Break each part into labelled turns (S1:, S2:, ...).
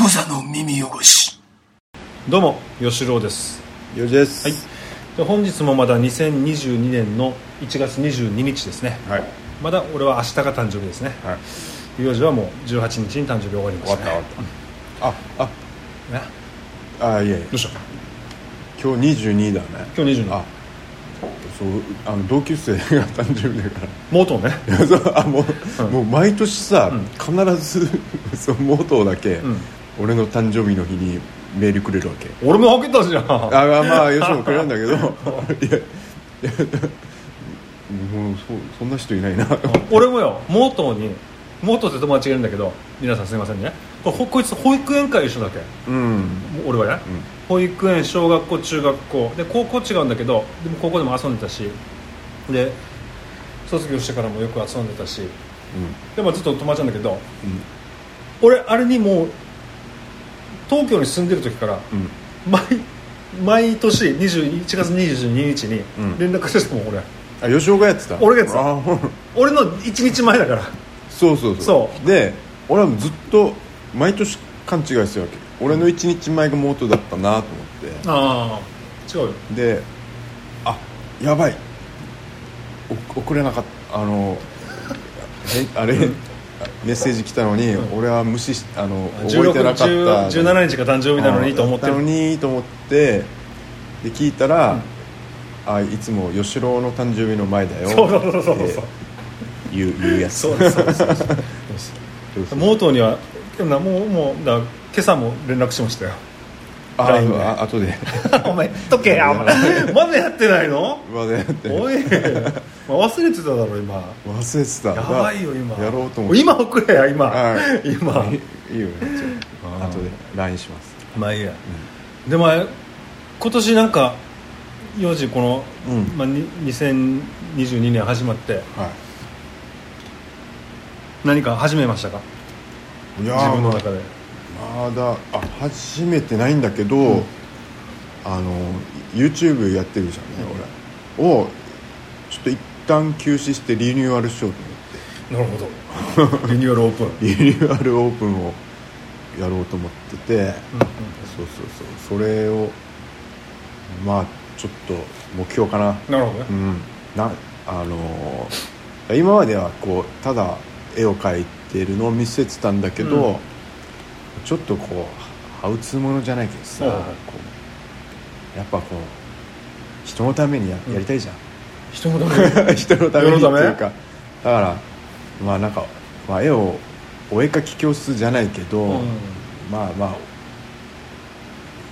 S1: 無座の耳汚し
S2: どうも吉郎です
S3: よじです
S2: はいで本日もまだ2022年の1月22日ですね
S3: はい、
S2: まだ俺は明日が誕生日ですね
S3: はい
S2: 幼児はもう18日に誕生日終わりま
S3: 終わ
S2: し
S3: ったた
S2: ね
S3: 終わったあ
S2: ね
S3: ああいえいえ
S2: どうした
S3: 今日22だね
S2: 今日22
S3: あそうあの同級生が誕生日だか
S2: 元 ね
S3: らいやそうあもう,、
S2: うん
S3: もう毎年さ、
S2: うん
S3: 必ず そのモートーだけ、
S2: ん
S3: 俺の誕生日の日にメールくれるわけ
S2: 俺も開けたじゃん
S3: ああまあ吉野もくれるんだけ どいやいやもうそそんな人いないな
S2: 俺もよ元に元って友達がいるんだけど皆さんすみませんねこれほこいつ保育園から一緒だっけ
S3: うん
S2: 俺はね、保育園小学校中学校で高校違うんだけどでも高校でも遊んでたしで卒業してからもよく遊んでたしでもずっと友達なんだけど、俺あれにもう東京に住んでる時から
S3: うんうん
S2: 毎毎年21月22日に
S3: うん
S2: 連絡してたもん俺
S3: あ吉尾がやってた
S2: 俺がやってた
S3: あほら
S2: 俺の1日前だから
S3: そうそうそう
S2: そ
S3: で俺はもうずっと毎年勘違いするわけ俺の1日前がモートだったなと思っ
S2: ああ違うよ
S3: てであやばいお送れなかったあのへあれメッセージ来たのに、俺は無視しあの覚えてなかった
S2: 16 17日が誕生日なのにと思って
S3: あの
S2: る
S3: にと思ってで聞いたら、あいつも吉郎の誕生日の前だよ
S2: そうそうそうそうそう
S3: って言う言うやつ
S2: そうですそうですそうです
S3: そうそう
S2: モートーにはなもうもうだ今朝も連絡しましたよ
S3: あ
S2: LINE で
S3: あ後で
S2: お前とけやお前まだやってない の
S3: まだやって
S2: おい、まあ、忘れてただろ今
S3: 忘れてた
S2: やばいよ今
S3: やろうと思って
S2: 今送れや今、
S3: は
S2: 今
S3: いいいよじゃ
S2: あ
S3: あ
S2: ー
S3: 後で LINE します
S2: まあいいや、でも今年なんか幼児この、
S3: うん
S2: まあ、に2022年始まって
S3: はい
S2: 何か始めましたか
S3: いや
S2: 自
S3: ー
S2: 分の
S3: ま
S2: 中で
S3: だあ始めてないんだけど、あの YouTube やってるじゃんね俺をちょっと一旦休止してリニューアルしようと思
S2: なるほど リニューアルオープン、
S3: ってリニューアルオープンをやろうと思っててそうそうそうそれをまあちょっと目標かな
S2: なるほどね
S3: うん、なあのー今まではこうただ絵を描いてるのを見せてたんだけど、
S2: うん
S3: ちょっとこうハウツーものじゃないけどさ、
S2: はいはい
S3: こうやっぱこう人のためにややりたいじゃん、
S2: 人もダメ
S3: 人のためにって
S2: 世のため
S3: いうかだからまあなんか、まあ、絵をお絵描き教室じゃないけ ど、
S2: うん
S3: まあま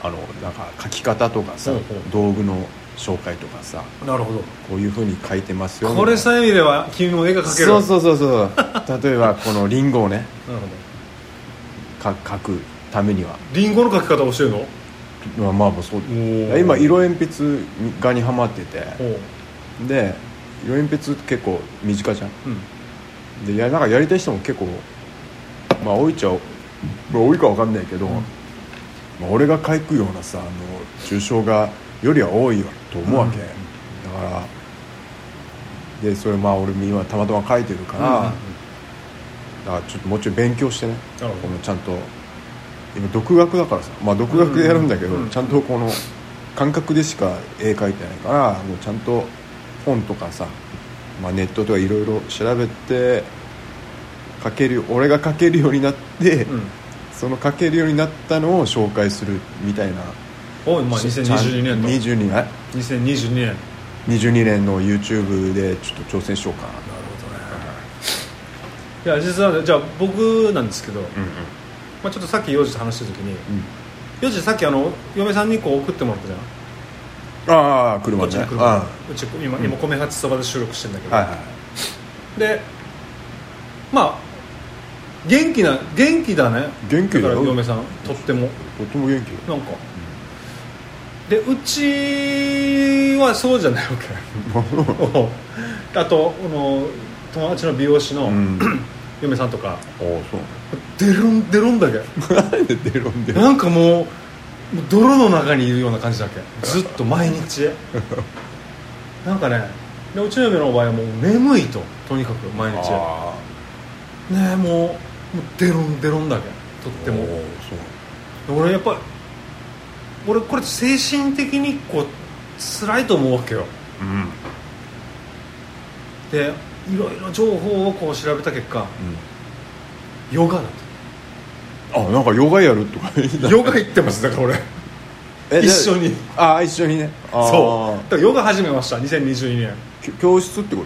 S3: ああのなんか描き方とかさ、
S2: ほうほう
S3: 道具の紹介とかさ、
S2: なるほど
S3: こういうふうに書いてますよ
S2: これさえ見れば君も絵が描ける
S3: そうそうそうそう例えばこのリンゴをね
S2: なるほど
S3: か書くためには
S2: リンゴの描き方をしてるの
S3: まあまあまあそう
S2: ー
S3: 今色鉛筆画にはまってて
S2: おう
S3: で色鉛筆って結構身近じゃ
S2: うん
S3: んでやなんかやりたい人も結構まあ多いっちゃ、まあ、多いかわかんないけど、
S2: ん
S3: まあ、俺が書くようなさあの抽象画よりは多いわと思うわけ、
S2: うん
S3: だからでそれまあ俺も今たまたま書いてるから、
S2: うんうんうん
S3: だからちょっともうちょい勉強してね
S2: なるほど
S3: このちゃんと今独学だからさまあ独学でやるんだけど、
S2: うんうん
S3: ちゃんとこの感覚でしか絵描いてないからもうちゃんと本とかさ、まあ、ネットとかいろいろ調べて描ける俺が描けるようになって、
S2: うん
S3: その描けるようになったのを紹介するみたいな、
S2: おいまあ2022年の
S3: 2022年あ
S2: 2022年なる
S3: 22年の YouTube でちょっと挑戦しようかな
S2: ほどねいや実はねじゃあ僕なんですけど、
S3: うん
S2: まあ、ちょっとさっき幼児と話した時に
S3: うん
S2: 幼児さっきあの嫁さんにこう送ってもらったじゃん
S3: ああ
S2: こ
S3: 車
S2: っ
S3: ね
S2: ちに来る
S3: あ
S2: うち今今米八そばで収録してんだけ
S3: あ
S2: ど、
S3: はいはい
S2: でまあ元気な元気だね
S3: 元気だ
S2: だから
S3: よ
S2: 嫁さんとっても
S3: とっても元気
S2: な
S3: よ
S2: んか、でうちはそうじゃないわけおう あとこの友達の美容師の
S3: うん、
S2: 嫁さんとか、
S3: ああ そう
S2: デロンデロンだけ
S3: なんで出るんでる
S2: なんかもうもう泥の中にいるような感じだけずっと毎 日なんかねでうちの嫁の場合はもう眠いととにかく毎日ねもうもうデロンデロンだけとっても
S3: そう
S2: 俺やっぱ俺これ精神的にこう辛いと思うわけよ
S3: うん
S2: でいろいろ情報をこう調べた結果ヨガだ
S3: あなんかヨガやるとか
S2: と ヨガ行ってますだから俺
S3: え
S2: 一緒に
S3: あ一緒にねあー
S2: そうだからヨガ始めました2022年
S3: きょ教室ってこ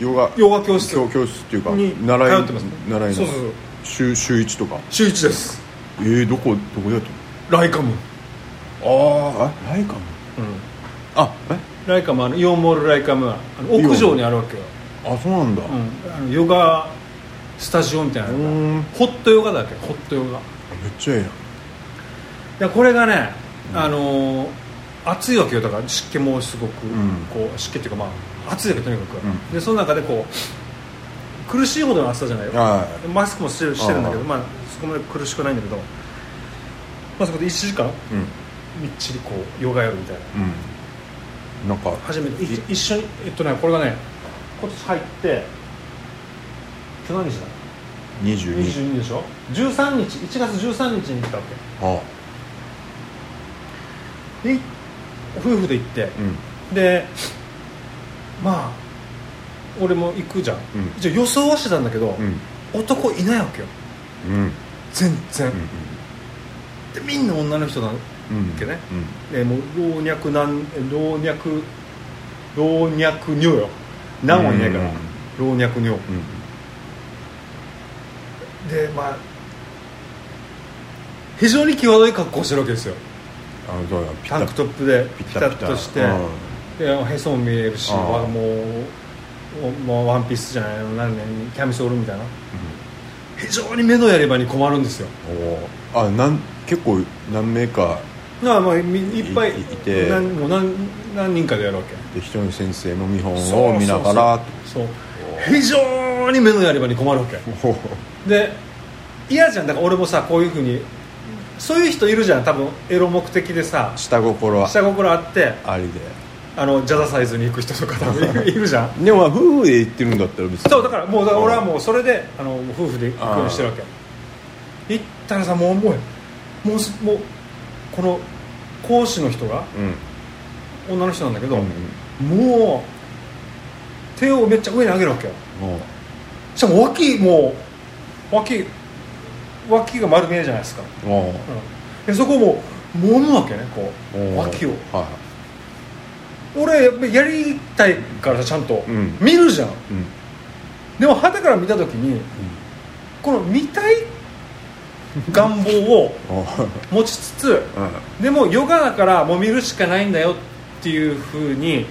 S3: とヨガ
S2: ヨガ教室
S3: 教教室っていうか
S2: に
S3: 習い
S2: 通ってます
S3: 習いの
S2: そうそうそう
S3: 週週一とか
S2: 週一です
S3: えー、どこどこでやって
S2: ライカム、
S3: るのああないかもあえ
S2: ライカムあのイオンモールライカムはあの屋上にあるわけよ、
S3: あそうなんだ、
S2: うん、あのヨガスタジオみたいなのが
S3: うん
S2: ホットヨガだっけホットヨガ
S3: めっちゃええや
S2: で
S3: ん
S2: これがね、あのー暑いわけよだから湿気もすごく、
S3: ん
S2: こう湿気っていうかまあ暑いわけとにかく、
S3: うん
S2: でその中でこう苦しいほどの暑さじゃないよ
S3: は
S2: マスクもしてるしてるんだけど
S3: あ
S2: まあ、そこまで苦しくないんだけど、まあ、そこで1時間
S3: いうん
S2: みっちりこうヨガやるみたいな
S3: うんなんか
S2: 初めてい一緒にえっとねこれがね今年入って今日何日だ
S3: 22
S2: 22でしょ13日1月13日に来たわ
S3: あ
S2: けでい夫婦で行って、
S3: うん
S2: でまあ俺も行くじゃん、
S3: うん
S2: じゃ予想はしてたんだけど、
S3: うん
S2: 男いないわけよ
S3: うん
S2: 全然、
S3: うん
S2: でみんな女の人なの
S3: うん
S2: いけね
S3: うん
S2: でもう老若男老若老若女よ何もいないから、老若女
S3: うん
S2: でまあ非常に際どい格好をしてるわけですよ
S3: あそうだピ
S2: タンクトップでピタッとして
S3: うん
S2: でへそも見えるし
S3: あー
S2: わもうおもうワンピースじゃないの何々キャミソールみたいな非常に目のやり場に困るんですよ
S3: おーあなん結構何名か
S2: だからまあみいっぱい
S3: いいて
S2: 何もう何何人かでやるわけ
S3: で一人の先生の見
S2: そう
S3: 本を見ながら
S2: そうそう非常に目のやり場に困るわけ
S3: おー
S2: で嫌じゃんだから俺もさこういうふうにそういう人いるじゃん多分エロ目的でさ
S3: 下心は
S2: 下心あって
S3: ありで
S2: あのジャザサイズに行く人とか多分いるじゃん
S3: でもまあ夫婦で行ってるんだったら別に
S2: そうだからもうだから俺はもうそれであの夫婦で行くようにしてるわけ行ったらさもうもうもうすもうこの講師の人が
S3: うん
S2: 女の人なんだけど、
S3: うん
S2: もう手をめっちゃ上に上げるわけよ
S3: も
S2: しかも脇もう脇脇が丸見えじゃないですか、
S3: うも
S2: うんでそこをもう揉むわけねこ
S3: う
S2: う
S3: もう
S2: 脇を
S3: は
S2: 俺やっぱりやりたいからさちゃんと、
S3: うん
S2: 見るじゃん
S3: いうん
S2: でも肌から見た時にこの見たい願望を
S3: おー
S2: 持ちつつ
S3: う
S2: でもヨガだからもう見るしかないんだよっていうふうに、
S3: ん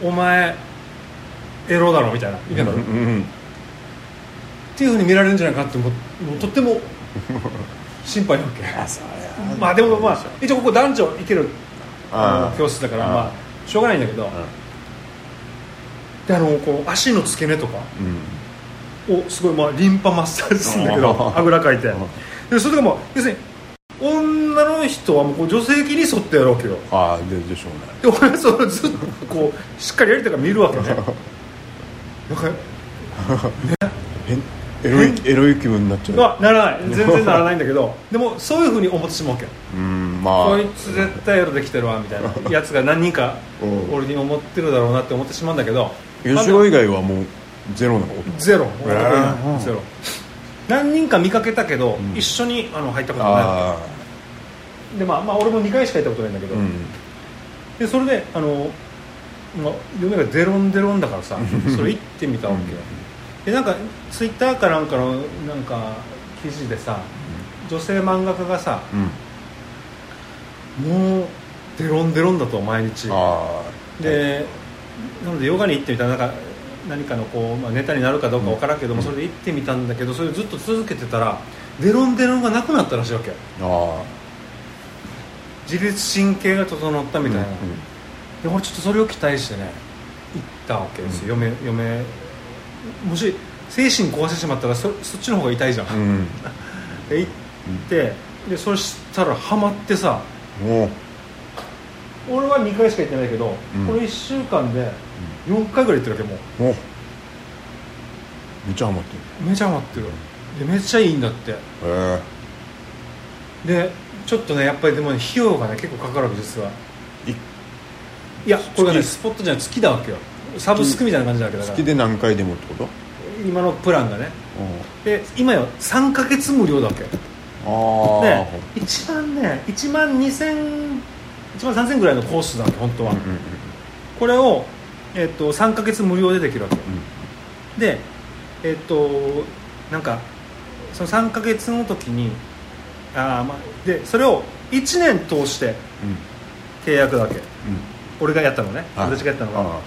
S2: お前エロだろみたいな意見だろ、
S3: うんうん
S2: っていうふうに見られるんじゃないかってもうもうとって も心配なわけ
S3: そり
S2: まあでもまあ一応ここ男女いけるあの教
S3: 室
S2: 室だから
S3: あー
S2: まあしょうがないんだけどであのこう足の付け根とか
S3: うん
S2: をすごいまあリンパマッサージするんだけど
S3: あー
S2: あぐらかいて
S3: ー
S2: でそれとかも要するに女の人はもうこう女性器に沿ってやるわけよ
S3: ああででしょうね
S2: で俺はそれをずっとこうしっかりやりたいから見るわけねなんか
S3: エロいエロい気分になっちゃう
S2: まあならない全然ならないんだけどでもそういうふうに思ってしまうわけよ
S3: うんまあ
S2: こいつ絶対エロできてるわみたいなやつが何人か
S3: うん
S2: 俺に思ってるだろうなって思ってしまうんだけど
S3: 吉
S2: あ
S3: 郎
S2: の
S3: 以外はもうゼロなの男
S2: ゼロ
S3: えーうん
S2: ゼロ何人か見かけたけど、
S3: ん
S2: 一緒にあの入ったことな
S3: あ
S2: いで、まあ、まあ俺も2回しか行ったことないんだけ
S3: あ
S2: ど、
S3: うん
S2: でそれであの、まあ、嫁がデロンデロンだから さそれ行ってみたわけよでなんかツイッターかなんかのなんか記事でさ女性漫画家がさ
S3: うん
S2: もうデロンデロンだと毎日
S3: ああ
S2: でなのでヨガに行ってみたらなんか何かのこう、まあ、ネタになるかどうかわからんけども、それで行ってみたんだけどそれをずっと続けてたらデロンデロンがなくなったらしいわけ
S3: あ
S2: 自律神経が整った
S3: あ
S2: みたいな、
S3: うんうん
S2: で俺ちょっとそれを期待してね行ったわけですよ、嫁嫁もし精神壊してしまったらそそっちの方が痛いじゃん、
S3: うん
S2: で行ってでそしたらハマってさ
S3: もう
S2: 俺は2回しか行ってないけど、
S3: うん
S2: この1週間で4回ぐらい行ってるわけもう
S3: もうめっちゃハマってる
S2: めちゃハマってるでめっちゃいいんだって
S3: へえ
S2: でちょっとねやっぱりでもね費用がね結構かかるわけ実はいいやこれがね
S3: 月
S2: スポットじゃない月だわけよサブスクみたいな感じなわけだから
S3: 月で何回でもってこと
S2: 今のプランがねで今よ3か月無料だわけ
S3: ああ
S2: で一番ね1万2000 1万3000ぐらいのコースなわけ本当は、
S3: うんうんうん
S2: これを、えっと3か月無料でできるわけでえっとなんかその3か月の時にあー、まあ、でそれを1年通して
S3: うん
S2: 契約だわけ
S3: うんうん
S2: 俺がやったのね
S3: はい
S2: 私がやったのが
S3: あ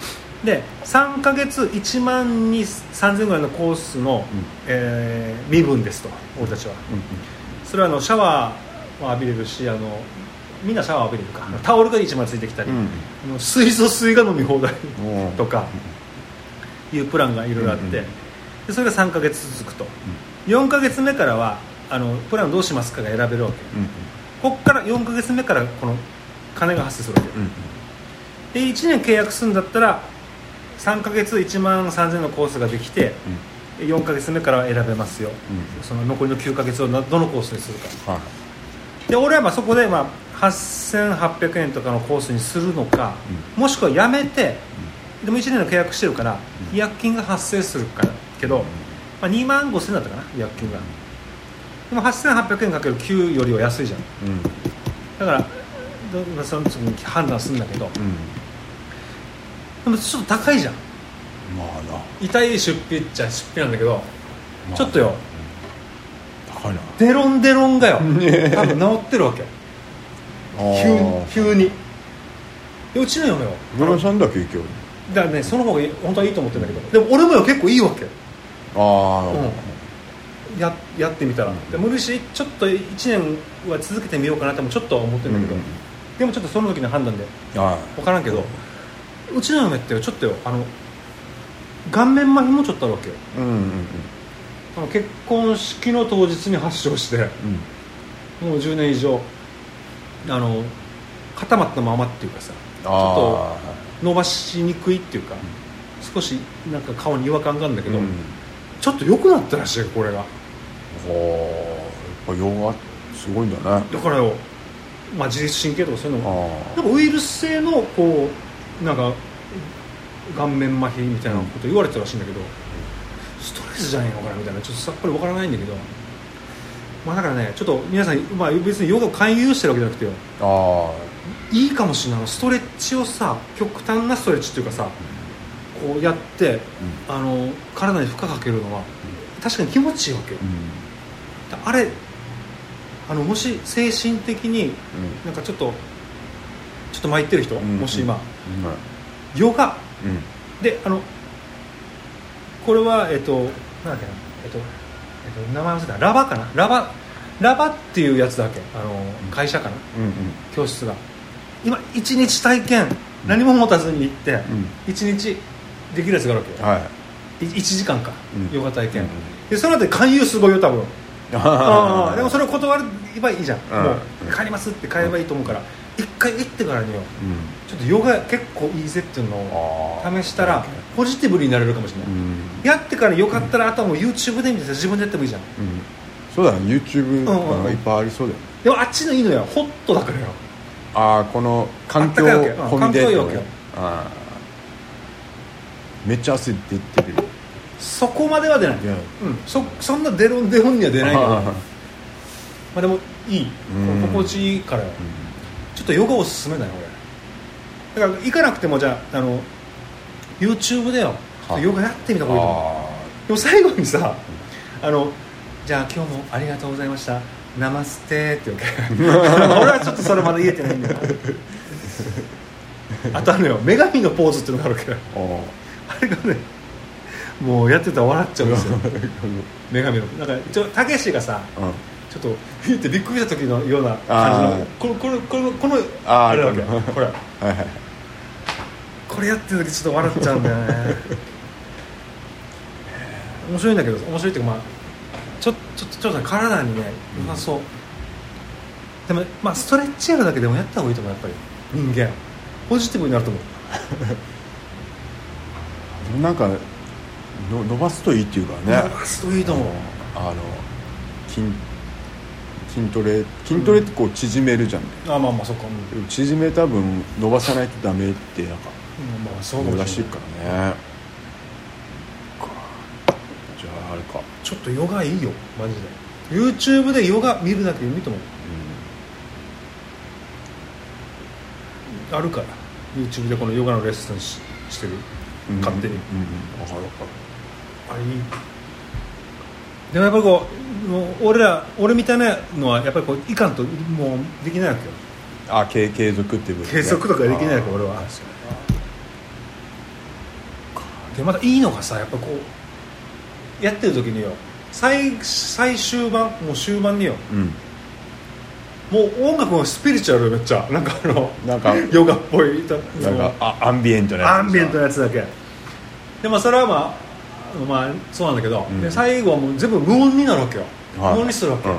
S2: で3か月1万3000ぐらいのコースの、
S3: うん
S2: えー身分ですと俺たちは
S3: ーうんうん
S2: それはあのシャワーも浴びれるしあのみんなシャワー浴びれるか、
S3: うん
S2: タオルが一枚ついてきたり、
S3: うん
S2: あの水素水が飲み放題
S3: うん
S2: とかいうプランがいろいろあって、
S3: うんうん
S2: でそれが3ヶ月続くと、4ヶ月目からはあのプランどうしますかが選べるわけ
S3: うん
S2: こっから4ヶ月目からこの金が発生するわけ、
S3: うん
S2: で1年契約するんだったら3ヶ月1万3000のコースができて
S3: うん
S2: 4ヶ月目からは選べますよ
S3: うん
S2: その残りの9ヶ月をなどのコースにするか
S3: はい
S2: で俺はまあそこでまあ8800円とかのコースにするのか、もしくはやめてでも1年の契約してるから
S3: うん
S2: 違約金が発生するからけど、まあ、2万5000円だったかな違約金がでも8800円かける9よりは安いじゃん
S3: うんうん
S2: だからどまあその時に判断するんだけど
S3: うん
S2: でもちょっと高いじゃん
S3: まあな
S2: 痛い出費っちゃ出費なんだけど
S3: まあ
S2: ちょっとよ
S3: 高いな
S2: デロンデロン がよ
S3: ね
S2: 多分治ってるわけ
S3: あ
S2: 急
S3: ー
S2: に急にでうちの嫁よ
S3: 村さんだ結局
S2: だからねその方がいい本当はいいと思ってるんだけどでも俺もよ結構いいわけ
S3: ああなるほど
S2: ややってみたらで無理しちょっと1年は続けてみようかなともちょっとは思ってるんだけど、
S3: うんうん
S2: でもちょっとその時の判断で
S3: は
S2: 分からんけどうちの嫁ってちょっとよあの顔面麻痺もちょっとあるわけよ
S3: いうんうんうん
S2: あの結婚式の当日に発症して
S3: うん
S2: もう10年以上あの固まったままっていうかさ
S3: ああ
S2: 伸ばしにくいっていうか少しなんか顔に違和感があるんだけど、
S3: うん
S2: ちょっと良くなったらしいよこれが
S3: ほうやっぱヨガすごいんだねあ
S2: だからよ、まあ、自律神経とかそういうのもな
S3: あ
S2: んかウイルス性のこうなんか顔面麻痺みたいなこと言われてたらしいんだけど、ストレスじゃないのかなみたいなちょっとさっぱりわからないんだけど、まあ、だからねちょっと皆さん、まあ、別にヨガを勧誘してるわけじゃなくてよ
S3: あ
S2: いいかもしれないあのストレッチをさ極端なストレッチっていうかさこうやってあの体に負荷かけるのは確かに気持ちいいわけよ
S3: うんうん
S2: あれあのもし精神的に
S3: うん
S2: なんかちょっとちょっと参ってる人、
S3: うん
S2: もし今
S3: うん
S2: ヨガ
S3: うん
S2: であのこれはえっとなんだっけなえっと、えっと、名前忘れたラバかなラバラバっていうやつだっけあの
S3: ん
S2: 会社かな
S3: うん
S2: 教室が今一日体験何も持たずに行って
S3: うん
S2: 一日できるやつがあるわけ
S3: うん
S2: よ
S3: はい
S2: 1時間か、
S3: うん
S2: ヨガ体 験、
S3: うん
S2: でその後で勧誘すごいよ多分ああでもそ
S3: れ
S2: れを断ればいいじゃん、
S3: うん
S2: もう帰りますって買えばいいと思うから一回行ってからによ
S3: うん
S2: ちょっとヨガ結構いいぜっていうのを
S3: ああ
S2: 試したらポジティブになれるかもしれな
S3: う
S2: い、
S3: ん
S2: やってからよかったらあとはもう YouTube で見てさ自分でやってもいいじゃん
S3: うんそうだね YouTube
S2: うんうんうん
S3: がいっぱいありそうだよね
S2: でもあっちのいいのよホットだからよ
S3: ああこの環境
S2: あったかいわけ
S3: 込みで
S2: うん環境いいわけよ
S3: ああめっちゃ汗出てる
S2: そこまでは出ない、
S3: いや
S2: うん、そそんなデロンデロンには出ないけど
S3: ああ
S2: まあ、でもいい
S3: うん
S2: 心地いいからよちょっとヨガおすすめだよ俺だから行かなくてもじゃああの YouTube でよちょっとヨガやってみた
S3: う
S2: 方がいいと思う
S3: あ
S2: でも最後にさあのじゃあ今日もありがとうございましたナマステーって言うわけ俺はちょっとそれまだ言えてないんだよあとあのよ女神のポーズっていうのがあるけど
S3: ああ
S2: あれがねもうやってたら笑っちゃうんですよ女神のなんかちょたけしがさ
S3: うん
S2: ちょっとひってびっくりした時のような感じの
S3: あー
S2: これこれこれこの
S3: あー
S2: あれだわけ
S3: この
S2: ほら
S3: はいはい
S2: これやってる時ちょっと笑っちゃうんだよね面白いんだけど面白いっていうかまあちょちょちょっとね体にね
S3: うん
S2: うまそう、でもまあストレッチやるだけでもやった方がいいと思うやっぱり人間ポジティブになると思う
S3: なんかの伸ばすといいっていうからね
S2: あそういいと思う
S3: あの筋筋トレ筋トレってこう縮めるじゃん、
S2: あまあまあそっか、うん
S3: でも縮めた分伸ばさないとダメってなんか
S2: うんまあそう
S3: 思
S2: も
S3: う
S2: れな
S3: らしいからねそっかじゃああれか、
S2: ちょっとヨガいいよマジで YouTube でヨガ見るだけでいいと思うあるから YouTube でこのヨガのレッスンししてる
S3: うん
S2: 勝手に
S3: うんうん、分かる分かる
S2: あれいいでもやっぱりこうもう俺ら俺みたいなのはやっぱりこういかんともうできないわけよ
S3: あ継継続っていう部分
S2: 継
S3: ね
S2: 続とかできないわけ
S3: あー
S2: 俺はでまたいいのがさやっぱこうやってる時によ最最終盤もう終盤によ
S3: うん
S2: もう音楽もスピリチュアルよめっちゃなんかあの
S3: なん か
S2: ヨガっぽいた
S3: なんかあアンビエントなやつ
S2: アンビエントのやつだけでもそれはまあまあそうなんだけど、
S3: うん
S2: で最後はもう全部無音になるわけよ、
S3: はい
S2: 無音にするわけ、
S3: うん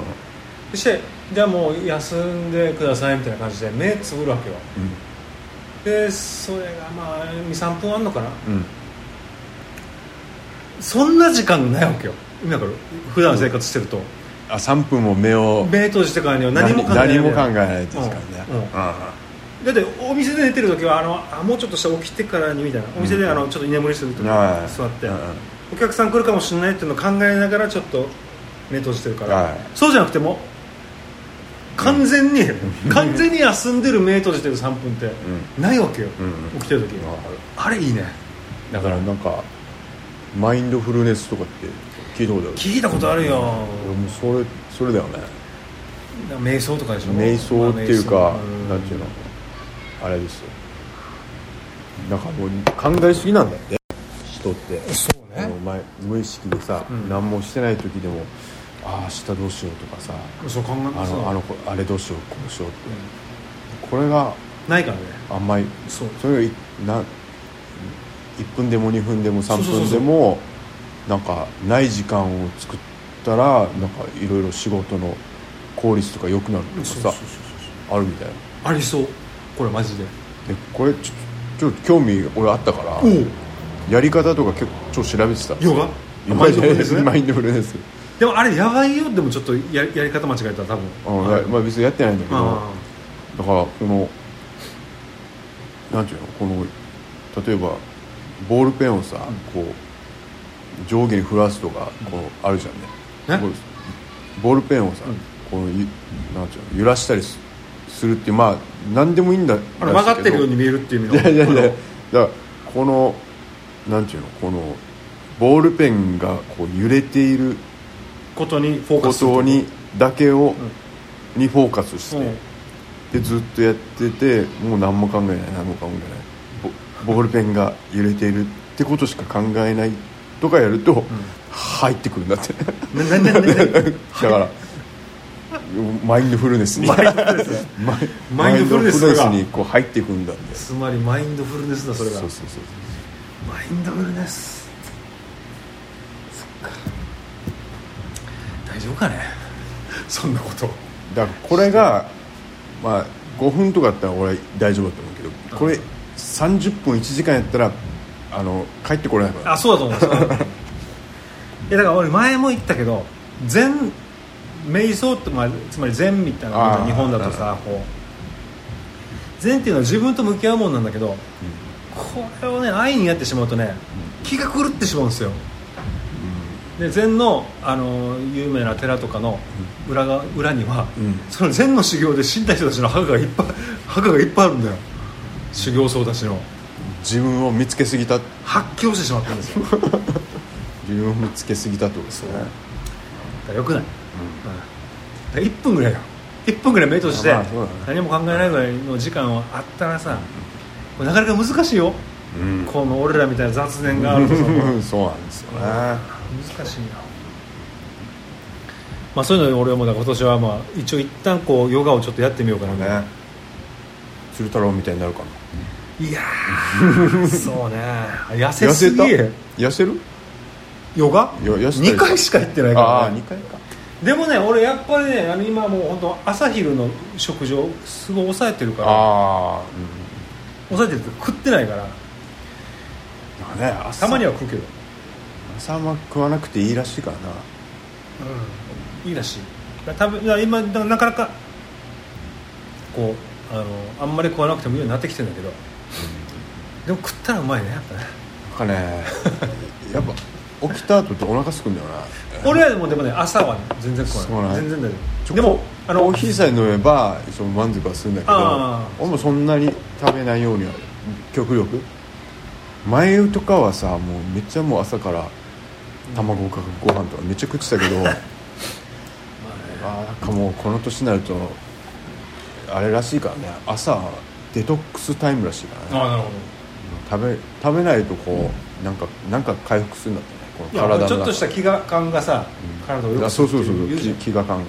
S2: そしてじゃあもう休んでくださいみたいな感じで目つぶるわけよでそれがまあ23分あんのかな
S3: うんうん
S2: そんな時間ないわけよ意味わかる普段生活してると、
S3: あ3分も目を
S2: 目閉じてからには何も考えない
S3: 何も考えないですからね
S2: うんうん
S3: あ
S2: だってお店で寝てる時はあのあもうちょっとしたら起きてからにみたいなお店であのちょっと居眠りするとか
S3: はい
S2: 座って、
S3: うん
S2: お客さん来るかもしれないっていうのを考えながらちょっと目閉じてるから、
S3: はい
S2: そうじゃなくても完全に、 完全に休んでる目閉じてる3分ってないわけよ、
S3: うん
S2: 起きてる時に
S3: わか
S2: あれいいね
S3: だからなんかマインドフルネスとかって聞いたことある
S2: 聞いたことあるよ、
S3: 俺もそれそれだよね
S2: 瞑想とかでしょ
S3: 瞑想っていう
S2: まあ瞑
S3: か
S2: 想ん
S3: なんていうのあれですよなんかもう考えすぎなんだって人って
S2: そう
S3: あ
S2: ね
S3: の前無意識でさ、
S2: うん
S3: 何もしてない時でもああ明日どうしようとかさ
S2: そう考え
S3: あ
S2: そう
S3: のあの子あれどうしようこうしようってこれが
S2: ないからね
S3: あんまり
S2: そう
S3: それがいな1分でも2分でも3
S2: そうそう
S3: 分
S2: そう
S3: でもなんかない時間を作ったらなんかいろいろ仕事の効率とか良くなるとか
S2: そうそうそう
S3: さ
S2: そう
S3: あるみたいな
S2: ありそうこれマジで
S3: でこれちょちょっと興味俺あったからやり方とか結構調べてた
S2: ヨガ
S3: マ
S2: マ
S3: イ
S2: イ
S3: ン
S2: ン
S3: ド
S2: ドフル
S3: フルネ
S2: ネ
S3: ス
S2: ス
S3: ね
S2: ね
S3: マインドフルネス
S2: でもあれやばいよでもちょっとややり方間違えたら多分
S3: うんだまあ別にやってないんだけど
S2: あ
S3: だからこのなんていうのこの例えばボールペンをさ、こう上下に振らすとかこうあるじゃんね
S2: ね
S3: こうボールペンをさ、このゆなんていうの揺らしたりすするっていうまあ何でもいいんだ
S2: あれ曲がってるように
S3: に
S2: 見えるっていう意
S3: い
S2: 味
S3: や
S2: の
S3: いやいやだ
S2: こ
S3: からこのなんていうのこのボールペンがこう揺れている
S2: のことにフォー
S3: こ
S2: カスする
S3: とにだけを、にフォーカスして、
S2: うん
S3: でずっとやっててもう何も考えない何も考えないボボールペンが揺れているってことしか考えないとかやると、入ってくるんだって
S2: ななななな
S3: だからマインドフルネスにマインドフルネス
S2: マインドフルネスが
S3: にこう入っていくんだって
S2: つまりマインドフルネスだそれが
S3: そうそうそう
S2: マインドフルネスそっか大丈夫かねそんなこと
S3: だからこれが、まあ、5分とかだったら俺大丈夫だと思うけどこれ30分1時間やったらあの帰ってこれないから
S2: あそうだと思うんですよいやだから俺前も言ったけど禅瞑想って、まあ、つまり禅みたいな
S3: あー
S2: 日本だとさこう禅っていうのは自分と向き合うもんなんだけど、これをね愛にやってしまうとね気が狂ってしまうんですよ、で禅のあの有名な寺とかの裏が裏には、
S3: うん
S2: その禅の修行で死んだ人たちの墓がいっぱい墓がいっぱいあるんだよ修行僧たちの
S3: 自分を見つけすぎた
S2: 発狂してしまったんですよ
S3: 自分を見つけすぎたってことですよね
S2: だからよくない、うん1分ぐらいよ1分ぐらい目閉じて
S3: まあそうだね
S2: 何も考えないぐらいの時間はあったらさこれなかなか難しいよ、
S3: うん
S2: この俺らみたいな雑念があるとさ
S3: そうなんですよね
S2: 難しいよまあそういうので俺はもうだから今年はまあ一応一旦こうヨガをちょっとやってみようかなみたいな
S3: ね鶴太郎みたいになるかない
S2: や ーそうね痩せすぎ
S3: た痩せる
S2: ヨガ
S3: よ痩せたり
S2: 2回しか行ってないから、ね、
S3: ああ2回か
S2: でもね俺やっぱりねあの今もう本当朝昼の食事をすごい抑えてるから
S3: ああ
S2: 抑えてるって食ってないから
S3: うんだからね
S2: たまに
S3: は
S2: は食うけど、
S3: 朝は食わなくていいらしいからな
S2: うん、いいらしいだ多分だ今だからなかなかこうあのあんまり食わなくてもいいようになってきてるんだけどでも食ったらうまいねやっぱね
S3: なんかね やっぱ起きた後ってお腹空すくんだよな
S2: 俺はでもでもね朝は全然食わない
S3: そう
S2: 全
S3: ね
S2: 然大丈
S3: ち
S2: 夫
S3: ょ
S2: でもあの
S3: コーヒーさえ飲めばその満足はするんだけど
S2: あー
S3: 俺もそんなに食べないようには極力前とかはさもうめっちゃもう朝から卵かけご飯とかめっちゃ食ってた けどあーなんかもうこの年になるとあれらしいからね朝デトックスタイムらしいからね
S2: ああなるほど
S3: 食べ食べないとこうなんかなんか回復するんだってね
S2: い
S3: この体の
S2: や
S3: 中
S2: ちょっとした気が感がさ、体をよ
S3: あ
S2: くす
S3: そ
S2: る
S3: うそうそうそう
S2: 言じゃん
S3: 気気が感がね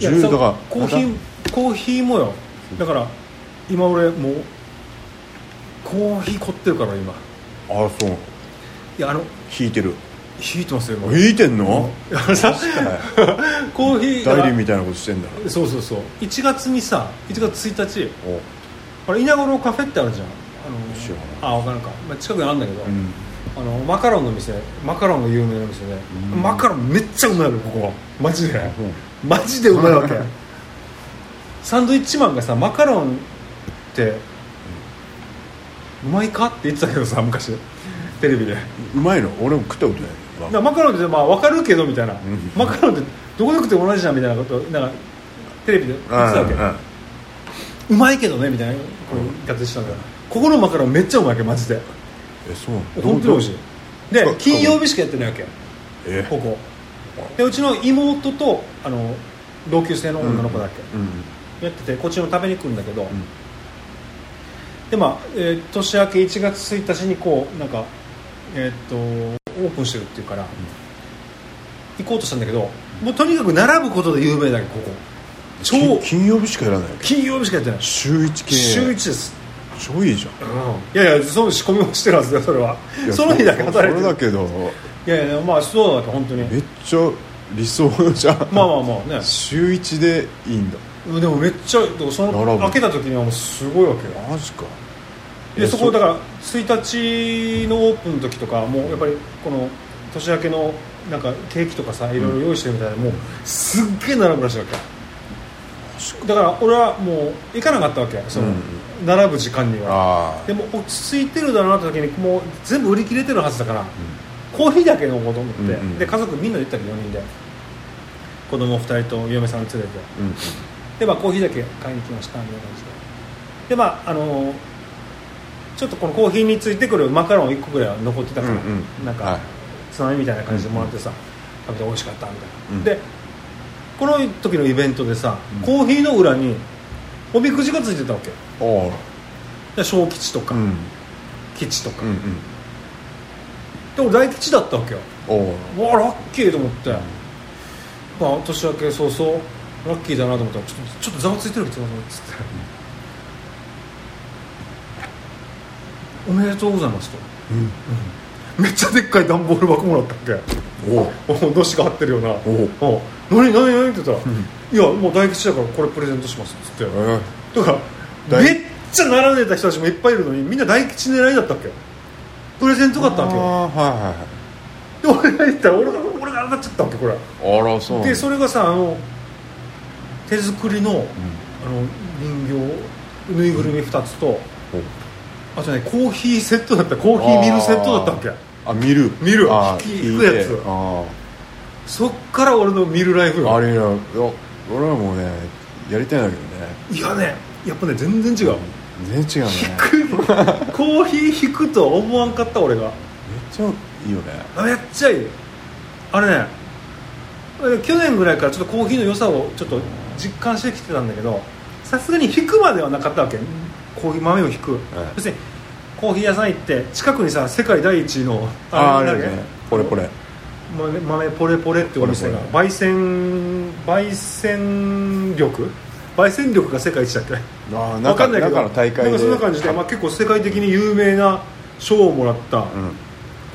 S2: いや
S3: 重
S2: そう
S3: だから
S2: コーヒーコーヒーもよだから今俺もうコーヒー凝ってるから今
S3: あそう
S2: いやあの
S3: 引いてる
S2: 引いてますよ今
S3: 引いてんの
S2: いやあのさコーヒー
S3: 代理みたいなことしてんだろ
S2: そうそうそう1月にさ1月1日
S3: お
S2: あれ稲子のカフェってあるじゃん
S3: 知らない
S2: あのあ分からんか、まあ、近くにあるんだけど、
S3: うん
S2: あのマカロンの店マカロンが有名な店で、
S3: うん
S2: マカロンめっちゃうまいのここマジで、
S3: う
S2: マジでうまいわけ サンドイッチマンがさマカロンってうまいかって言ってたけどさ昔テレビでだか
S3: うまいの俺も食ったことない
S2: らマカロンってまあ分かるけどみたいな、
S3: ん
S2: マカロンってどこで食っても同じじゃんみたいなことなんかテレビで言ってた
S3: あ
S2: わけ、うまいけどねみたいなこういう言い方したんだから、ここのマカロンめっちゃうまいわけマジで
S3: えそう
S2: 本当に美味し
S3: い
S2: いで
S3: どう
S2: 金曜日しかやってないわけ
S3: え
S2: ここでうちの妹とあの同級生の女の子だっけ、
S3: うん
S2: やっててこっちの食べに来るんだけど、でまあ、えー年明け1月1日にこうなんかえーっとオープンしてるっていうから、行こうとしたんだけどもうとにかく並ぶことで有名だけどここ超
S3: 金金曜日しかやらないよ
S2: 金曜日しかやってない
S3: 週一系
S2: 週1です
S3: 超いいじゃん
S2: いやいやその仕込みをしてるはずだよそれはい
S3: や
S2: その日だけ働いて
S3: それだ
S2: る
S3: けど
S2: いやいやまあそうだけど本当に
S3: めっちゃ理想じゃん
S2: まあまあまあね
S3: 週一でいいんだ
S2: でもめっちゃでもそ
S3: 並
S2: の
S3: ぶ
S2: 開けた時にはもうすごいわけよ
S3: マジか
S2: で
S3: え
S2: そこだから1日のオープンの時とかもうやっぱりこの年明けのなんかケーキとかさいろいろ用意してるみたいで、もうすっげえ並ぶらしいわけだから俺はもう行かなかったわけその、
S3: うん
S2: 並ぶ時間には
S3: あ
S2: でも落ち着いてるだろうなって時にもう全部売り切れてるはずだから、コーヒーだけ飲もうと思って、
S3: うんうん
S2: で家族みんなで行ったり4人で子供2人と嫁さん連れて
S3: あうん
S2: でまあコーヒーだけ買いに来ましたみたいな感じででまああのーちょっとこのコーヒーについてくるマカロン1個ぐらいは残ってたから、
S3: うんうん
S2: なんか、
S3: はい
S2: つまみみたいな感じでもらってさ、食べて美味しかったみたいな、
S3: う
S2: で
S3: ん
S2: この時のイベントでさ、
S3: うん
S2: コーヒーの裏におみくじがついてたわけ
S3: お
S2: で小吉とか、
S3: うん
S2: 吉とか、
S3: うんうん
S2: で俺大吉だったわけよ
S3: お
S2: うわラッキーと思って、まあ、年明け早々ラッキーだなと思ったらちょっとちょっとざわついてるけどつって、おめでとうございますと、めっちゃでっかい段ボール箱もらったっけ
S3: おお
S2: おのしが張ってるような「
S3: お
S2: お何何何?」って言ったら「いやもう大吉だからこれプレゼントします」っつって
S3: え
S2: だか
S3: 大
S2: らめっちゃ並んでた人たちもいっぱいいるのにみんな大吉狙いだったっけプレゼントがあったわけよ
S3: あーはいはいはい
S2: で俺が行ったら俺が俺が上がっちゃったわけこれ
S3: あらそう
S2: でそれがさあの手作りの,、あの人形ぬいぐるみ2つと、あとねコーヒーセットだったコーヒーミルセットだったわけ
S3: あ見る
S2: 見る
S3: あ
S2: 引き
S3: 聞い
S2: 引くやつ
S3: てあ
S2: そっから俺のミルライフ
S3: ーあ
S2: よ
S3: れやいや俺はもうねやりたいんだけどね
S2: いやねやっぱね全然違う
S3: 全然違うね
S2: 低い コーヒー引くとは思わんかった俺が
S3: めっちゃいいよね
S2: めっちゃいいあれね去年ぐらいからちょっとコーヒーの良さをちょっと実感してきてたんだけどさすがに引くまではなかったわけコーヒー豆を引く、別にコーヒー屋さん行って近くにさ世界第一の
S3: あーあ
S2: れ
S3: れ
S2: なんだ
S3: ね
S2: っけ
S3: これこれ
S2: 豆豆ポレポレってお店が
S3: ポ
S2: 焙煎焙煎力焙煎力が世界一だっけ
S3: ああ
S2: わ
S3: 中
S2: かんないけど
S3: 中の大会
S2: な
S3: で
S2: んかそんな感じで、まあ、結構世界的に有名な賞をもらった
S3: うん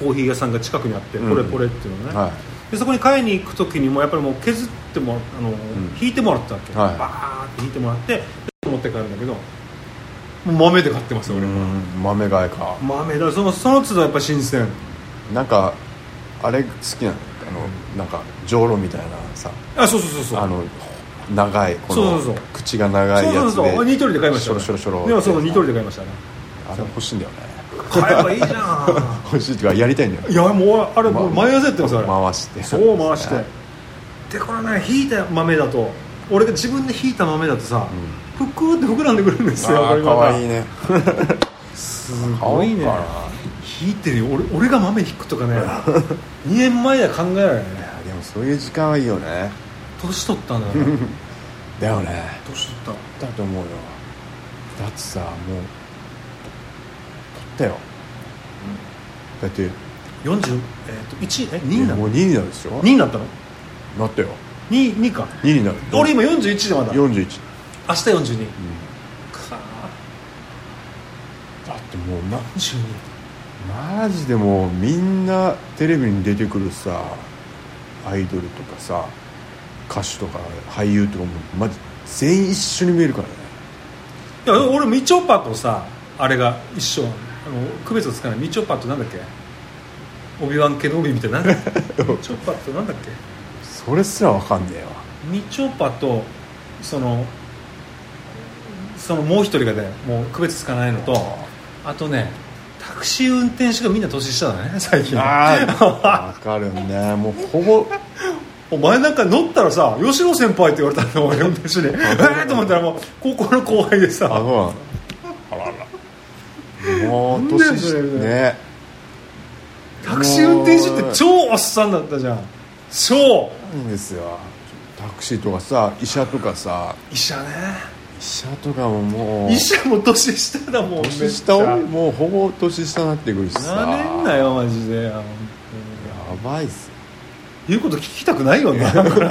S2: コーヒー屋さんが近くにあって、
S3: うん
S2: ポレポレっていうのね、
S3: は
S2: でそこに買いに行く時にもやっぱりもう削ってもあの、引いてもらったわけ、
S3: はい
S2: バーって引いてもらって持って帰るんだけどもう豆で買ってます
S3: い
S2: 俺、
S3: うん豆買いか
S2: 豆だそのその都度やっぱ新鮮
S3: なんかあれ好きなのあのなんかじょうろみたいなさ
S2: あそうそうそうそう
S3: あの長いこ
S2: そ
S3: の
S2: うそうそう
S3: 口が長いやつで
S2: そうそうそうあニトリで買いました
S3: しょろしょろしょろ
S2: でもそのニトリで買いましたね
S3: あれ欲しいんだよね
S2: 買えばいいじゃ
S3: 欲しいっていうかやりたいんだよ
S2: んいやもうあれもう
S3: ま
S2: 毎朝やってますあれ
S3: 回して
S2: そう回してでこれねひいた豆だと俺が自分でひいた豆だとさ、ふくーって膨らんでくるんですよ
S3: あ
S2: こ
S3: ー
S2: れ
S3: か
S2: が
S3: わいいね
S2: すごいね
S3: 買おうか
S2: 引いてるよ俺俺が豆引くとか ね2年前では考えられないね
S3: なでもそういう時間はいいよね
S2: 年取ったんだよ
S3: だよね
S2: 年取っ
S3: だと思うよだってさもう取ったよ、だって
S2: た40えっ、と1え2にな
S3: もう
S2: る
S3: 2になるでしょ
S2: 2になったの
S3: なったよ
S2: 2, 2か
S3: 2になる
S2: 俺今41でまだ明日42
S3: 41、うん
S2: か
S3: だってもうな
S2: 42
S3: マジでもうみんなテレビに出てくるさアイドルとかさ歌手とか俳優とかもマジ全員一緒に見えるからね
S2: いや俺みちょぱとさあれが一緒なのあの区別をつかないみちょぱとなんだっけ帯ワン系の帯みたい なみちょぱとなんだっけ
S3: それすらわかんねえわ
S2: みちょぱとそのそのもう一人がねもう区別つかないのとあとねタクシー運転手がみんな年下だね最近
S3: あーわかるねもうほぼ
S2: お前なんか乗ったらさ吉野先輩って言われたの俺運転手にえーと思ったらもう高校の後輩で
S3: あ
S2: さ
S3: のあららもう年し
S2: なんだよそれ
S3: ね
S2: タクシー運転手って超おっさんだったじゃん超
S3: いいんですよタクシーとかさ医者とかさ
S2: 医者ね
S3: 医者とかももう
S2: 医者も年下だもん
S3: 年下を
S2: めっち
S3: もうほぼ年下になってくるし
S2: ゃ
S3: さ
S2: なめんなよマジであの
S3: やばいっすよ
S2: 言うこと聞きたくないよ ね
S3: 100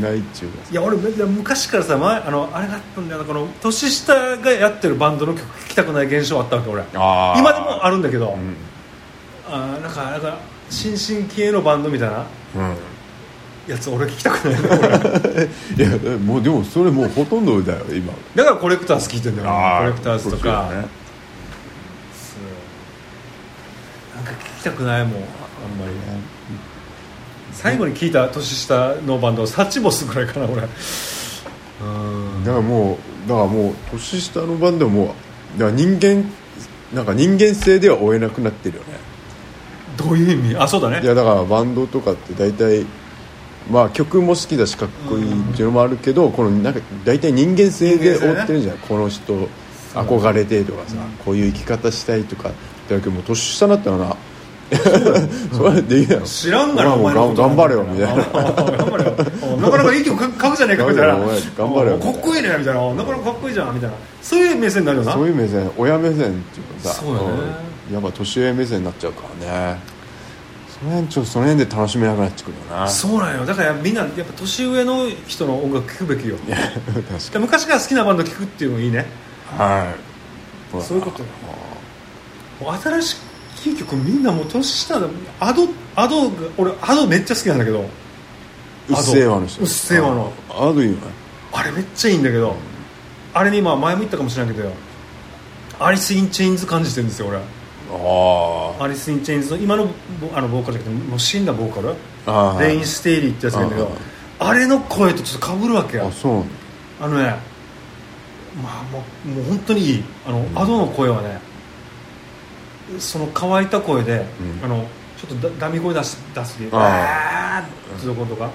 S3: ないっちゅうか
S2: いや俺めっちゃ昔からさ前あのあれがあったんだよなこの年下がやってるバンドの曲聴きたくない現象あったわけ俺
S3: あー
S2: 今でもあるんだけど、
S3: うん
S2: あーなんかなんか新進気鋭のバンドみたいな
S3: うん
S2: やつ俺聴きたく ない
S3: いやもうでもそれもうほとんどだよ今
S2: だからコレクターズ聴いてんだよコレクターズとか、
S3: そうですよね
S2: そうなんか聴きたくないもんあんまりね
S3: ね
S2: 最後に聴いた年下のバンドサチボスぐらいかな俺うん
S3: だからもうだからもう年下のバンドもだから人間なんか人間性では追えなくなってるよね
S2: どういう意味あそうだね
S3: いやだからバンドとかって大体まあ曲も好きだしかっこいいっていうのもあるけど、このなんか大体人間性で追ってるんじゃない、この人憧れてとかさ、こういう生き方したいとかだけどもう年下だったらな それできないの
S2: 知らんがな
S3: お前もう頑張れよみたいな
S2: 頑張れ よなかなかいい曲書くじゃねえかみたいな
S3: 頑張れよお前頑張れよみたいな
S2: かっこいいねみたいななかなかかっこいいじゃんみたいなそういう目線になるよな
S3: そういう目線親目線っていうかさ
S2: そうだね
S3: うんやっぱ年上目線になっちゃうからねその辺ちょっとその辺で楽しめなくなってくるよな確
S2: そうなんよだからみんなやっぱ年上の人の音楽聴くべき よ
S3: かに
S2: で昔から好きなバンド聴くっていうのもいいね
S3: はい
S2: そういうことよもう新しい曲みんなもう年下だアドアドが俺アドめっちゃ好きなんだけど
S3: うっせえわの人
S2: うっせえわの
S3: ああといいよね
S2: あれめっちゃいいんだけどあれに今前も言ったかもしれないけどよアリス・イン・チェインズ感じてるんですよ俺
S3: あ
S2: アリス・イン・チェインズの今のボあのボーカルじゃなくてもう死んだボーカル
S3: あ
S2: レイン・ステイリーってやつなんだけど
S3: はい
S2: あれの声とちょっとかぶるわけよ
S3: あそうなんだ
S2: あのねまあもうもう本当にいいあの、アドの声はねその乾いた声で、
S3: うん
S2: あのちょっとだダミ声出す出す
S3: ああ
S2: あーってとことか、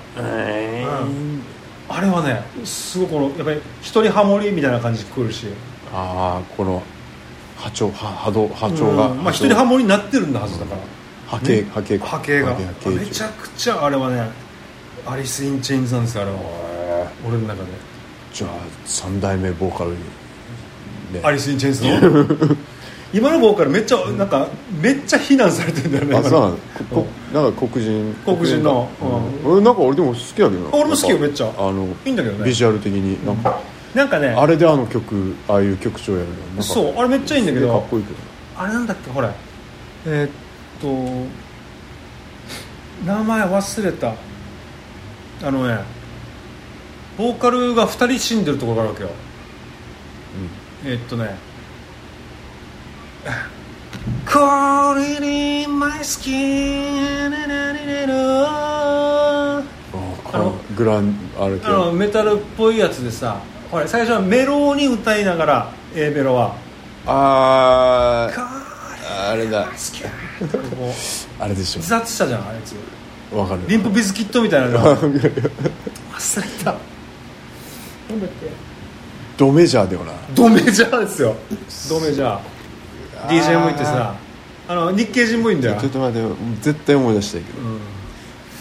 S2: あれはねすごくこのやっぱり一人ハモリみたいな感じで来るし
S3: ああこの波長波波動波長が、
S2: うんまあ、一人ハモリになってるんだはずだから、
S3: 波形波形
S2: 波形が
S3: 波
S2: めちゃくちゃあれはねアリス・イン・チェインズなんですよあれは
S3: え
S2: 俺の中で
S3: ーじゃあ三代目ボーカルにね
S2: アリス・イン・チェインズの今のボーカルめっちゃなんかめっちゃ非難されてるんだよね
S3: あ
S2: 今
S3: そうな
S2: の
S3: のこなんか黒人
S2: 黒人の
S3: うん俺なんか俺でも好きだけどな
S2: 俺も好きよめっちゃ
S3: あの
S2: いいんだけどね
S3: ビジュアル的になんか、
S2: なんかね
S3: あれであの曲ああいう曲調やるのなんか
S2: そうあれめっちゃいいんだけ
S3: すげえか
S2: ど
S3: っこいいけど
S2: あれなんだっけほらえーっと名前忘れたあのねボーカルが2人死んでるところがあるわけよえーっとね Cold in my skin
S3: あのグランあるけ
S2: あの
S3: ど
S2: メタルっぽいやつでさほら最初はメロに歌いながら A メロは
S3: あー
S2: こ
S3: あれ
S2: う
S3: だあれでし
S2: 自殺したじゃんあいつ
S3: ょわかる
S2: リンプビズキットみたいなの忘れたなんだっけ
S3: ドメジャーだよな
S2: ドメジャーですよドメジャー DJ もいてさあの日系人もいいんだよ
S3: ちょっと待って絶対思い出したいけ
S2: うん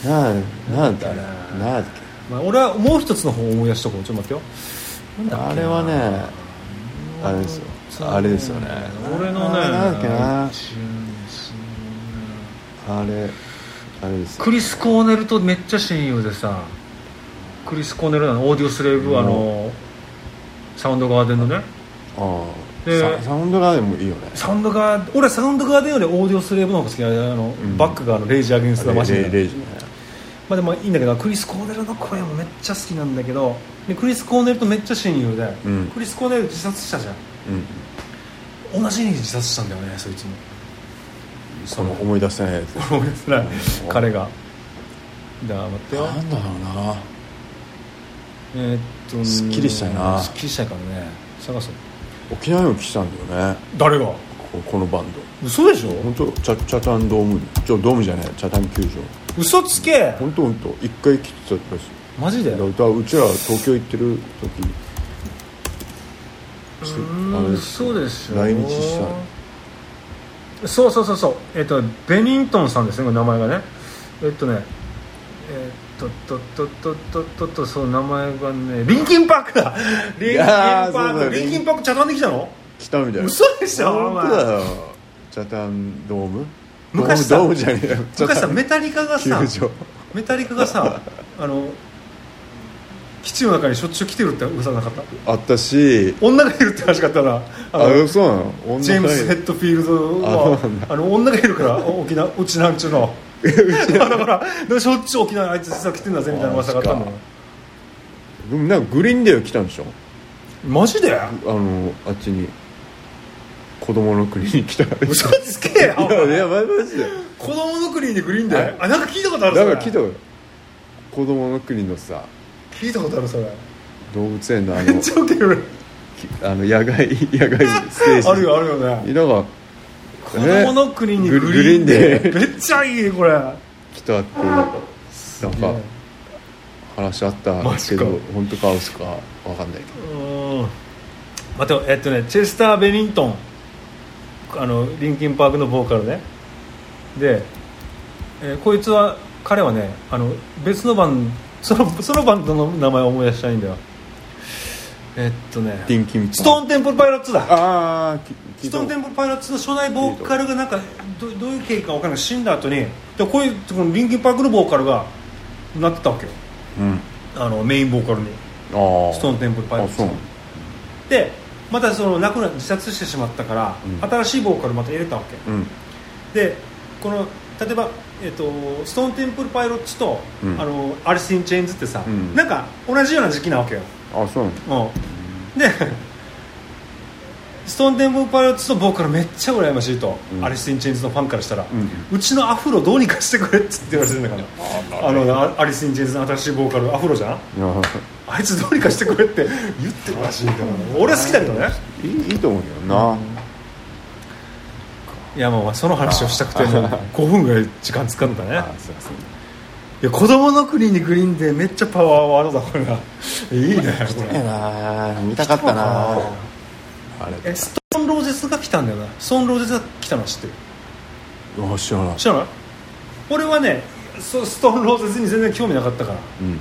S3: どなんなんだっけ
S2: なんだ
S3: なんだっけ
S2: まあ、俺はもう一つの方を思い出しとこうちょっと待ってよなんだっ
S3: あ
S2: け
S3: れ
S2: な
S3: はねあれですよあれですよね
S2: 俺のね
S3: あれなんだっけな
S2: うん
S3: あれあれですよ
S2: クリス・コーネルとめっちゃ親友でさクリス・コーネルなのオーディオスレイブあのサウンドガーデンのね
S3: あ
S2: で
S3: あササウンドガーデンもいいよね
S2: サウンドガー俺はサウンドガーデンよりオーディオスレイブの方が好きなのあの、
S3: ん
S2: バックがあのレイジ・アゲンスト・ザマシン
S3: レイ
S2: だ
S3: レイジね
S2: まあでもいいんだけどクリス・コーネルの声もめっちゃ好きなんだけどでクリス・コーネルとめっちゃ親友で、
S3: うん
S2: クリス・コーネル自殺したじゃん
S3: うん
S2: 同じ日に自殺したんだよねそいつも
S3: その思い出せないやつ
S2: 思い出せない彼がだから待ってよ
S3: なんだろうな
S2: えーっとね
S3: すっきりしたいな
S2: すっきりしたいからね探そう
S3: 沖縄にも来たんだよね
S2: 誰が
S3: ここのバンド
S2: 嘘でしょ
S3: 本当チャチャタンドームちょドームじゃないチャタン球場
S2: 嘘つけ
S3: 本当本当一回来てたらしい
S2: マジで
S3: だからうちら東京行ってる時ちあれです
S2: 嘘でしょ
S3: 来日した
S2: そうそうそうそうえっとベニントンさんですねこれ名前がねえっとねえっとととととととそう名前がねリンキンパークだリンキンパ
S3: やーそうだ
S2: ー
S3: よ
S2: クリンキンパークちゃたんできたの
S3: 来たみたいな
S2: 嘘でしょお前
S3: 本当だよチャタンドーム
S2: 昔さ
S3: ドームドームじゃねえよチャ
S2: 昔
S3: タ
S2: さ
S3: ン
S2: メタリカがさ
S3: 球場
S2: メタリカがさあの基地の中にしょっちゅう来てるって噂なかった
S3: あったし
S2: 女がいるって話があったなあ
S3: あ
S2: の
S3: そうなの 女
S2: ジェームス・ヘッドフィールドは
S3: あそうなん
S2: あの女がいるからお沖縄うちなんちゅう のだからでしょっちゅう沖縄にあいつ実は来てんだぜみたいな噂があった
S3: あ
S2: の
S3: でもなんかグリーンデー来たんでしょ
S2: マジで
S3: あのあっちに子供の国に来たい
S2: 嘘つけよお前
S3: やいやマジで
S2: 子供の国にグリーンで
S3: はい
S2: あなんか聞いたことあ
S3: だ
S2: る
S3: か
S2: それ
S3: ら聞いたよ子供の国のさ
S2: 聞いたことあるそれ
S3: 動物園のあ
S2: め
S3: の
S2: っちゃウケる
S3: きあの野外野外ステージ
S2: あるよあるよね
S3: いな
S2: 子
S3: が
S2: 供の国に
S3: グ
S2: グ
S3: リ
S2: リーンで
S3: グリーン
S2: めっちゃいいこれ
S3: 来たっていうなんか話あった
S2: マ
S3: け
S2: ジか
S3: ど本当か嘘かわかんないけど
S2: うん待てよえっとねチェスター・ベニントンあのリンキンパークのボーカルねで、えーこいつは彼はねあの別のバン そのそのバンドの名前を思い出したいんだよえっとね
S3: ディンキンパ
S2: ストーンテンプルパイロッツだ
S3: ああ聞
S2: ス
S3: いた
S2: トーンテンプルパイロッツの初代ボーカルがなんかどどういう経緯か分からない死んだ後にでこういうこのリンキンパークのボーカルがなってたわけよ
S3: うん
S2: あのメインボーカルに
S3: ああ
S2: ストーンテンプルパイロッツ
S3: あそう
S2: でまたその亡くな自殺してしまったから、
S3: うん
S2: 新しいボーカルまた入れたわけ
S3: うん
S2: でこの例えば、えっとストーンテンプルパイロッツと、
S3: うん
S2: あのアリス・イン・チェーンズってさ、
S3: うん
S2: なんか同じような時期なわけよ、
S3: あそうなの
S2: うん、でストーンテンプルパイロッツとボーカルめっちゃ羨ましいと、
S3: うん
S2: アリス・イン・チェーンズのファンからしたら、う
S3: うん
S2: ちのアフロどうにかしてくれっつって言われてるんだからあのアリス・イン・チェーンズの新しいボーカルアフロじゃん
S3: いや
S2: あいつどうにかしてくれって言ってるらしいんだから俺は好きだけどね
S3: いいいいと思うけどない
S2: やもうその話をしたくてもう5分ぐらい時間使ったね
S3: あすいません
S2: いや子供の国にグリーンでめっちゃパワーワードだこれいいねこ
S3: ええ
S2: れ
S3: な見たかったなあれ
S2: えストーンローゼスが来たんだよなストーンローゼスが来たの知ってる
S3: あ知らない
S2: 知らない俺はねそストーンローゼスに全然興味なかったから
S3: うん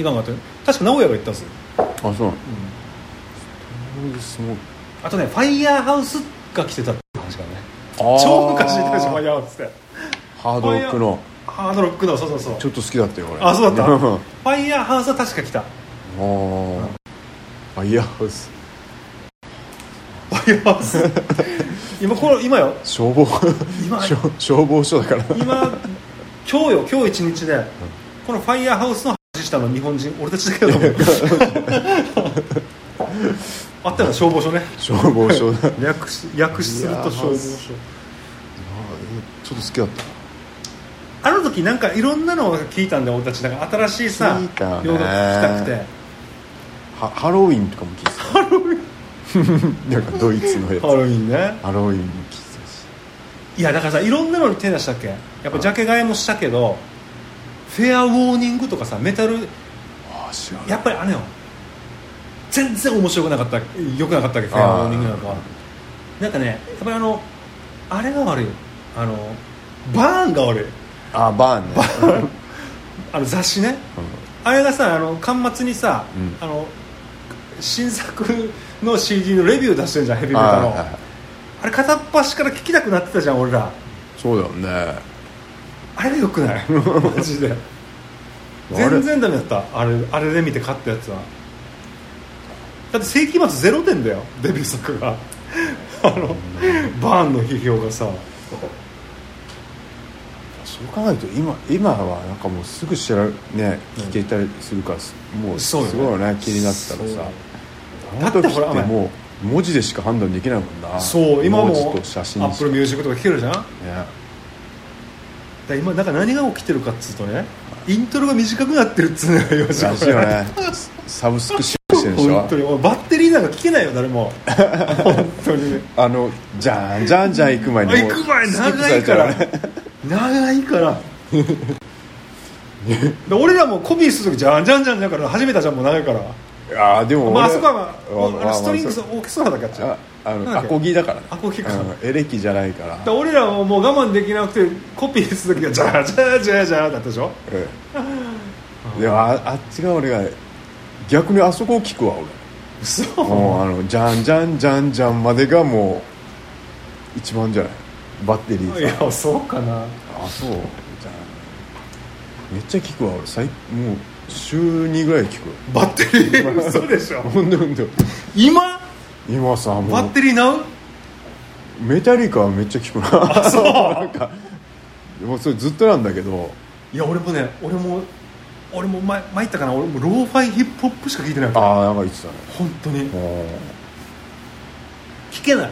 S2: いかんかったよ確か名古屋が行ったんですよ
S3: あそうなのそうですもう
S2: あとねファイヤーハウスが来てたって話がね
S3: あー
S2: 超昔いたでしょファイヤーハウスって
S3: ハードロックの
S2: ハードロックのそうそうそう
S3: ちょっと好きだったよ俺
S2: あそうだった
S3: ん
S2: フ
S3: あ
S2: ァイヤーハウスは確か来た
S3: ーファイヤーハウス
S2: ファイヤーハウ ス今この今よ
S3: 消 防
S2: 今
S3: 消消防署だから
S2: 今今日よ今日一日でこのファイヤ ーハウスの話したの日本人俺たちだけどあったのは消防署ね
S3: 消防署だ
S2: 略し略しすると消防署
S3: ちょっと好きだった
S2: あの時なんかいろんなのを聞いたんで俺たちなんか新しいさ
S3: いいかね
S2: 洋楽聞きたくて
S3: はハロウィンとかも聞いてたハロウィンなんかドイツのやつ
S2: ハロウィンね
S3: ハロウィンも聞いてたし
S2: いやだからさいろんなのに手出したっけやっぱジャケ買いもしたけどフェアウォーニングとかさメタル
S3: ああ知らない
S2: やっぱりあれよ全然面白くなかったよくなかったっけフェアウォーニングなんかはなんかねやっぱりあのあれが悪いよあのバーンが悪い
S3: あバーンね
S2: あの雑誌ねあれがさあの端末にさ、
S3: うん
S2: あの新作の CD のレビュー出してるじゃんヘビ
S3: うん
S2: メタの
S3: はいはいはい
S2: あれ片っ端から聞きたくなってたじゃん俺ら
S3: そうだよね
S2: あれがよくない マジで全然ダメだったあれあれで見て買ったやつはだって世紀末ゼロ点だよデビュー作が あのバーンの批評がさ
S3: そう考えると今今はなんかもうすぐ知らね聞けたりするから、もうす
S2: そう
S3: ご
S2: よね
S3: いよね気になってたら
S2: そう
S3: さ
S2: だ
S3: あ
S2: って
S3: の時
S2: ほら
S3: ってもう文字でしか判断できないもんな
S2: そう今もア
S3: 文字と写真
S2: ップルミュージックとか聞けるじゃんだか
S3: ね
S2: ら今なんか何が起きてるかっつうとねイントロが短くなってるっつうのよよし
S3: らしいよ ねサブスクシェアしてるでしょ
S2: 本当においバッテリーなんか聞けないよ誰 も本当に
S3: あのじゃんじゃんじゃん行く前にも
S2: 行
S3: う
S2: く前
S3: スキップさ
S2: 長
S3: れ
S2: いか
S3: た
S2: ら
S3: ね
S2: 長いから で俺らもコピーする時じゃんじゃんじゃんじゃんから始めたじゃんもう長いから
S3: あーでも俺
S2: まああそこはまあ
S3: ま
S2: あのストリングスオ
S3: ま
S2: ーケストラだからっちゃ
S3: ああ
S2: なん
S3: の
S2: だ
S3: ア
S2: っけ
S3: コギだから
S2: アコギか
S3: うんエレキじゃないから
S2: だから俺らももう我慢できなくてコピーする時がじゃんじゃんじゃんじゃんだったでしょ
S3: うんでもああっちが俺が逆にあそこを聞くわ
S2: 嘘
S3: 俺もうあのじゃんじゃんじゃんじゃんまでがもう一番じゃないバッテリ
S2: い
S3: ーさ
S2: やそうかな
S3: あそうじゃんめっちゃ聞くわ俺最もう週2ぐらい聞く
S2: バッテリー嘘でしょ
S3: ほんでほんで
S2: 今
S3: 今さも
S2: バッ
S3: う
S2: テリーなう
S3: メタリカはめっちゃ聞くなそうなんかもうそれずっとなんだけど
S2: いや俺もね俺も俺も前前言ったかな俺もローファイヒップホップしか聞いてないから
S3: ああなんか言ってたね
S2: 本当に
S3: あ
S2: 聞け ない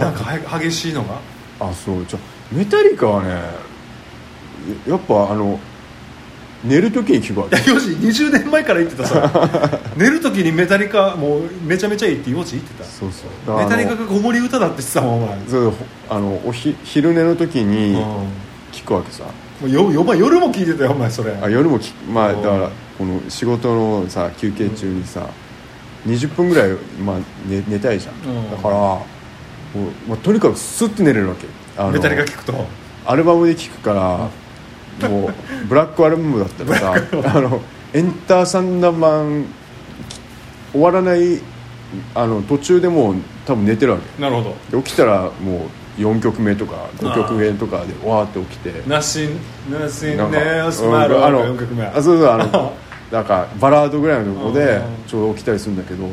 S2: なんかは激しいのが
S3: ーあそうじゃメタリカはねややっぱあの寝る時に聞くわ
S2: いやよし20年前から言ってた さ寝る時にメタリカもうめちゃめちゃいいってよし言ってた
S3: そうそう
S2: メタリカ
S3: あの
S2: が子守歌だってさお前、
S3: そうほあのおひ昼寝の時
S2: うん、
S3: に
S2: も
S3: 聞くわけさ、
S2: うよよお前夜も聞いてたよお前それ
S3: あ夜も聞くまあ
S2: うん
S3: だからこの仕事のさ休憩中にさ、20分ぐらい、まあ、寝寝たいじゃん、
S2: うん
S3: だからもう、まあ、とにかくスッて寝れるわけあの
S2: メタリカ聞くと
S3: アルバムで聴くから、もうブラックアルバムだったらさあのエンターサンダーマン終わらないあの途中でもう多分寝てるわけ
S2: なるほ
S3: で起きたらもう4曲目とか5曲目とかでわーって起きて
S2: どナシンナシン
S3: なんか
S2: ネオス
S3: うん
S2: マイル
S3: あの
S2: 4曲目
S3: あそうそうあ のなんかバラードぐらいのとこで
S2: うん
S3: ちょうど起きたりするんだけど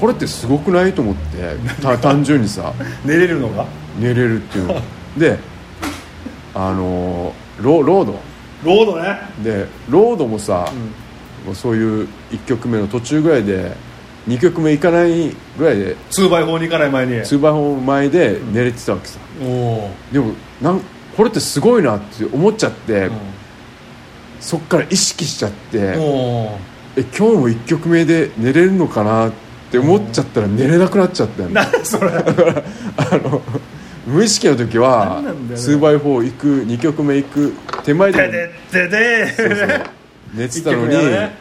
S3: これってすごくないと思ってた単純にさ
S2: 寝れるのが
S3: 寝れるっていうのであのロロード
S2: ロードね
S3: でロードもさ、
S2: ん
S3: もうそういう1曲目の途中ぐらいで2曲目いかないぐらいで
S2: 2x4 に行かない前に
S3: ツーバーホーム前で寝れてたわけさ、
S2: おお
S3: でもなんこれってすごいなって思っちゃって、そっから意識しちゃって、
S2: おお
S3: え今日も1曲目で寝れるのかなって思っちゃったら寝れなくなっちゃったよね
S2: 何それ
S3: あの無意識の時は
S2: 何なんだよ
S3: 2x4 行く2曲目行く手前
S2: で
S3: で
S2: ででで
S3: そう そう寝てた
S2: 一曲
S3: のに、
S2: 目だね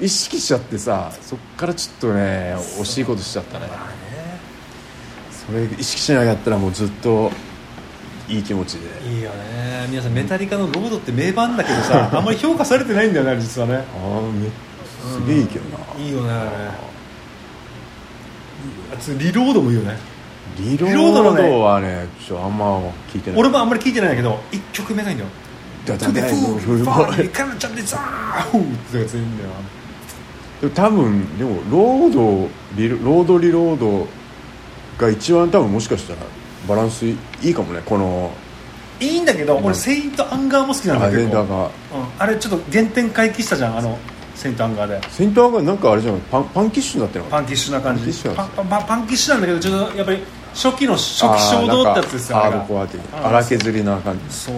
S2: うん
S3: 意識しちゃってさそっからちょっとね惜しいことしちゃったねそれ意識しなかったらもうずっといい気持ちで
S2: いいよね皆さんメタリカのロードって名盤だけど さあんまり評価されてないんだよね実はね
S3: ああめすげえいいけどな、
S2: いいよねあれあつリロードもいいよね
S3: リロ
S2: リロードの
S3: ー
S2: ね
S3: ドはねちょっとあんま聞いてない
S2: 俺もあんまり聞いてないんだけど1曲目ないんだよ「
S3: だだだいぶ
S2: フー
S3: 古い
S2: ファーリカナちゃんでザーフー」ってやついいんだよ
S3: でも多分でもロードリロロードリロードが一番多分もしかしたらバランスいいかもねこの
S2: いいんだけど
S3: う
S2: 俺「
S3: ん
S2: セイント・アンガー」も好きなん
S3: ア
S2: だけ
S3: レンダ
S2: ど
S3: ーが
S2: あれちょっと原点回帰したじゃんあのセントアンガーで
S3: センターがなんかあれじゃないパンパンキッシュになってなか
S2: パ
S3: っ
S2: ンキッシュな感
S3: パンキッ
S2: じ
S3: シュな
S2: パ
S3: んで
S2: ン
S3: すよ
S2: パンパンパンキッシュなんだけどちょっとやっぱり初期の初
S3: た
S2: 期衝動ってやつですよ
S3: あー
S2: ね
S3: なんかハードコア的
S2: あー
S3: 荒削りな感じ
S2: そう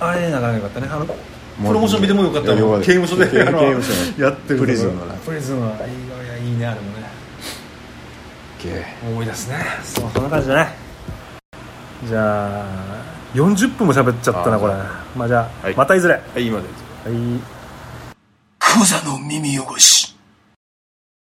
S2: あれならなかったねあのプロモーション見てもよかった
S3: いやよ
S2: も
S3: か
S2: ん
S3: った
S2: 刑務所で
S3: 刑
S2: あの
S3: 刑務所
S2: やってる
S3: プリズンのね
S2: プリズンはいいよいやいいねあれもね思い出すねそうそんな感じだねじゃあ40分も喋っちゃったな
S3: あー
S2: これ
S3: じ
S2: まあじゃあ、
S3: はい
S2: またいずれは
S3: はい今で
S2: い
S1: クザの耳汚し